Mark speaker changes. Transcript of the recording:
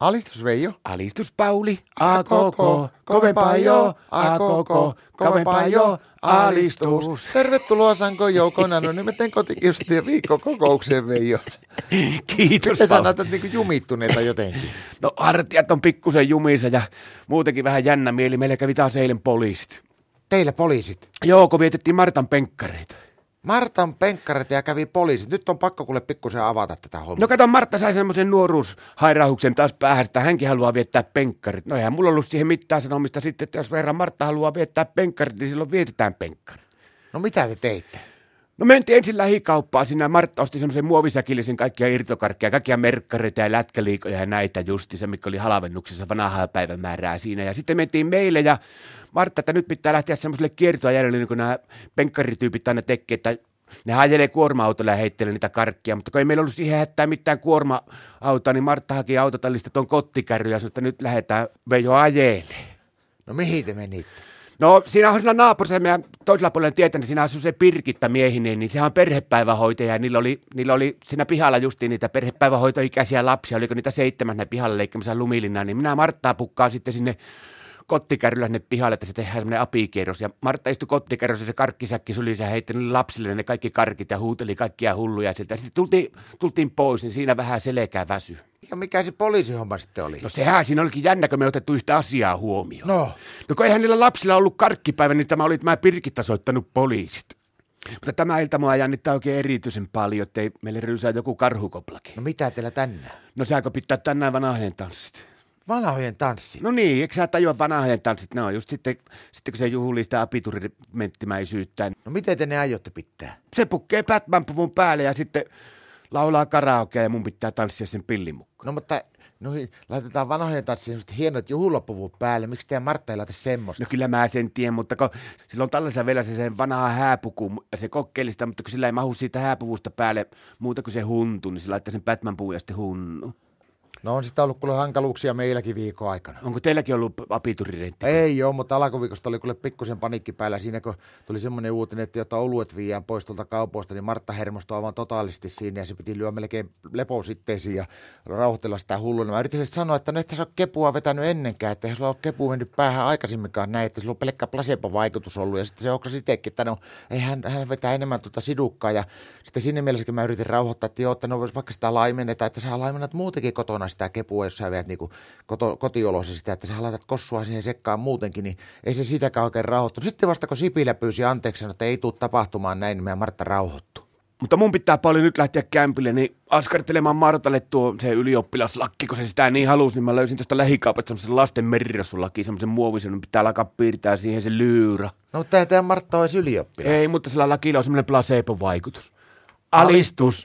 Speaker 1: Alistus Veijo.
Speaker 2: Alistus Pauli, a koko, kovempaa jo, a koko, kovempaa jo, alistus.
Speaker 1: Tervetuloa Sanko Joukona, no nyt meten kotikiustien viikkokokoukseen Veijo.
Speaker 2: Kiitos
Speaker 1: Miten sä
Speaker 2: Pauli.
Speaker 1: näytät niinku jumittuneelta jotenkin?
Speaker 2: No hartiat on pikkusen jumissa ja muutenkin vähän jännä mieli. Meillä kävi taas eilen poliisit.
Speaker 1: Teillä poliisit.
Speaker 2: Joo, kun vietettiin Martan penkkareita.
Speaker 1: Martan penkkarit ja kävi poliisit. Nyt on pakko kuule pikkusen avata tätä hommaa.
Speaker 2: No kato, Martta sai semmoisen nuoruushairahuksen taas päähän, että hänkin haluaa viettää penkkarit. No eihän mulla ollut siihen mitään sanomista sitten, että jos verran Martta haluaa viettää penkkarit, niin silloin vietetään penkkarit.
Speaker 1: No mitä te teitte?
Speaker 2: No mentiin ensin lähikauppaan sinä. Martta osti semmoisen muovisäkillisen kaikkia irtokarkkeja, kaikkia merkkareita ja lätkäliikoja ja näitä justiinsa, mikä oli halvennuksessa vanhaa päivämäärää siinä. Ja sitten mentiin meille ja Martta, että nyt pitää lähteä semmoiselle kiertoajalle, niin kuin nämä penkkarityypit aina tekee, että ne ajelee kuorma-autolla ja heittelee niitä karkkia, mutta kun ei meillä ollut siihen hätää mitään kuorma-autoa, niin Martta haki autotallista tuon kottikärry ja sanoi, että nyt lähdetään Veijo ajelee.
Speaker 1: No mihin te menitte?
Speaker 2: No siinä on siinä naapurissa, meidän toisella puolella tietä, niin siinä asuu se Pirkitta miehineen, niin sehän on perhepäivähoitaja. Ja niillä oli, niillä oli siinä pihalla justiin niitä perhepäivähoitoikäisiä lapsia, oliko niitä seitsemän ne pihalla leikkimässä lumilinnaa, niin minä Marttaa pukkaan sitten sinne kottikärryllä sinne pihalle, että se tehdään semmoinen apikierros. Ja Martta istui kottikärryssä, se karkkisäkki sylissä heitti niille lapsille ne kaikki karkit ja huuteli kaikkia hulluja sieltä. Ja Sitten tultiin, tultiin pois, niin siinä vähän selkää väsy.
Speaker 1: Ja mikä se poliisihomma sitten oli?
Speaker 2: No sehän siinä olikin jännä, kun me ei otettu yhtä asiaa huomioon.
Speaker 1: No.
Speaker 2: No kun eihän niillä lapsilla ollut karkkipäivä, niin tämä oli tämä Pirkitta soittanut poliisit. Mutta tämä ilta mua jännittää oikein erityisen paljon, ettei meille ryysää joku karhukoplakin.
Speaker 1: No mitä teillä tänään?
Speaker 2: No sääkö pitää tänään vanhojen tanssit?
Speaker 1: Vanhojen tanssi.
Speaker 2: No niin, eikö sä tajua vanhojen tanssit? Ne on just sitten, sitten kun se juhlii sitä abiturimenttimäisyyttä. niin
Speaker 1: No miten te ne aiotte pitää?
Speaker 2: Se pukkee Batman-puvun päälle ja sitten laulaa karaokea ja mun pitää tanssia sen pillin mukaan.
Speaker 1: No mutta no, hi- laitetaan vanhojen tanssiin sellaiset hienot juhlapuvut päälle. Miksi teidän Martta ei laita semmoista?
Speaker 2: No kyllä mä sen tiedän, mutta kun sillä on tällaisen vielä se sen vanha hääpuku ja se kokkeellista, mutta kun sillä ei mahu siitä hääpuvusta päälle muuta kuin se huntu, niin se laittaa sen batman puun ja sitten hunnu.
Speaker 1: No on sitä ollut kuule hankaluuksia meilläkin viikon aikana.
Speaker 2: Onko teilläkin ollut apiturireitti?
Speaker 1: Ei ole, mutta alkuviikosta oli kuule pikkusen paniikki päällä siinä, kun tuli semmoinen uutinen, että jota oluet viiään pois tuolta kaupoista, niin Martta hermostui aivan totaalisesti siinä ja se piti lyödä melkein lepositteisiin ja rauhoitella sitä hulluna. Mä yritin sille sanoa, että no et sä ole kepua vetänyt ennenkään, että eihän sulla ole kepu mennyt päähän aikaisemminkaan näin, että sulla on pelkkä placebo-vaikutus ollut ja sitten se oksasi itsekin, että no ei hän, hän vetää enemmän tuota sidukkaa ja sitten siinä mielessäkin mä yritin rauhoittaa, että joo, että no vois vaikka sitä laimeneta, että sä laimennat muutenkin kotona sitä kepua, jos sä veät niinku koto, kotiolossa sitä, että sä laitat kossua siihen sekkaan muutenkin, niin ei se sitäkään oikein rauhoittunut. Sitten vasta kun Sipilä pyysi anteeksi, sanoi, että ei tule tapahtumaan näin, niin meidän Martta rauhoittui.
Speaker 2: Mutta mun pitää paljon nyt lähteä kämpille, niin askartelemaan Martalle tuo se ylioppilaslakki, kun se sitä niin halusi, niin mä löysin tuosta lähikaupasta semmoisen lasten merirosvolakin, semmoisen muovisen, niin pitää alkaa piirtää siihen se lyyrä.
Speaker 1: No mutta tämä Martta olisi ylioppilas.
Speaker 2: Ei, mutta sillä lakilla on semmoinen placebo-vaikutus. Alistus.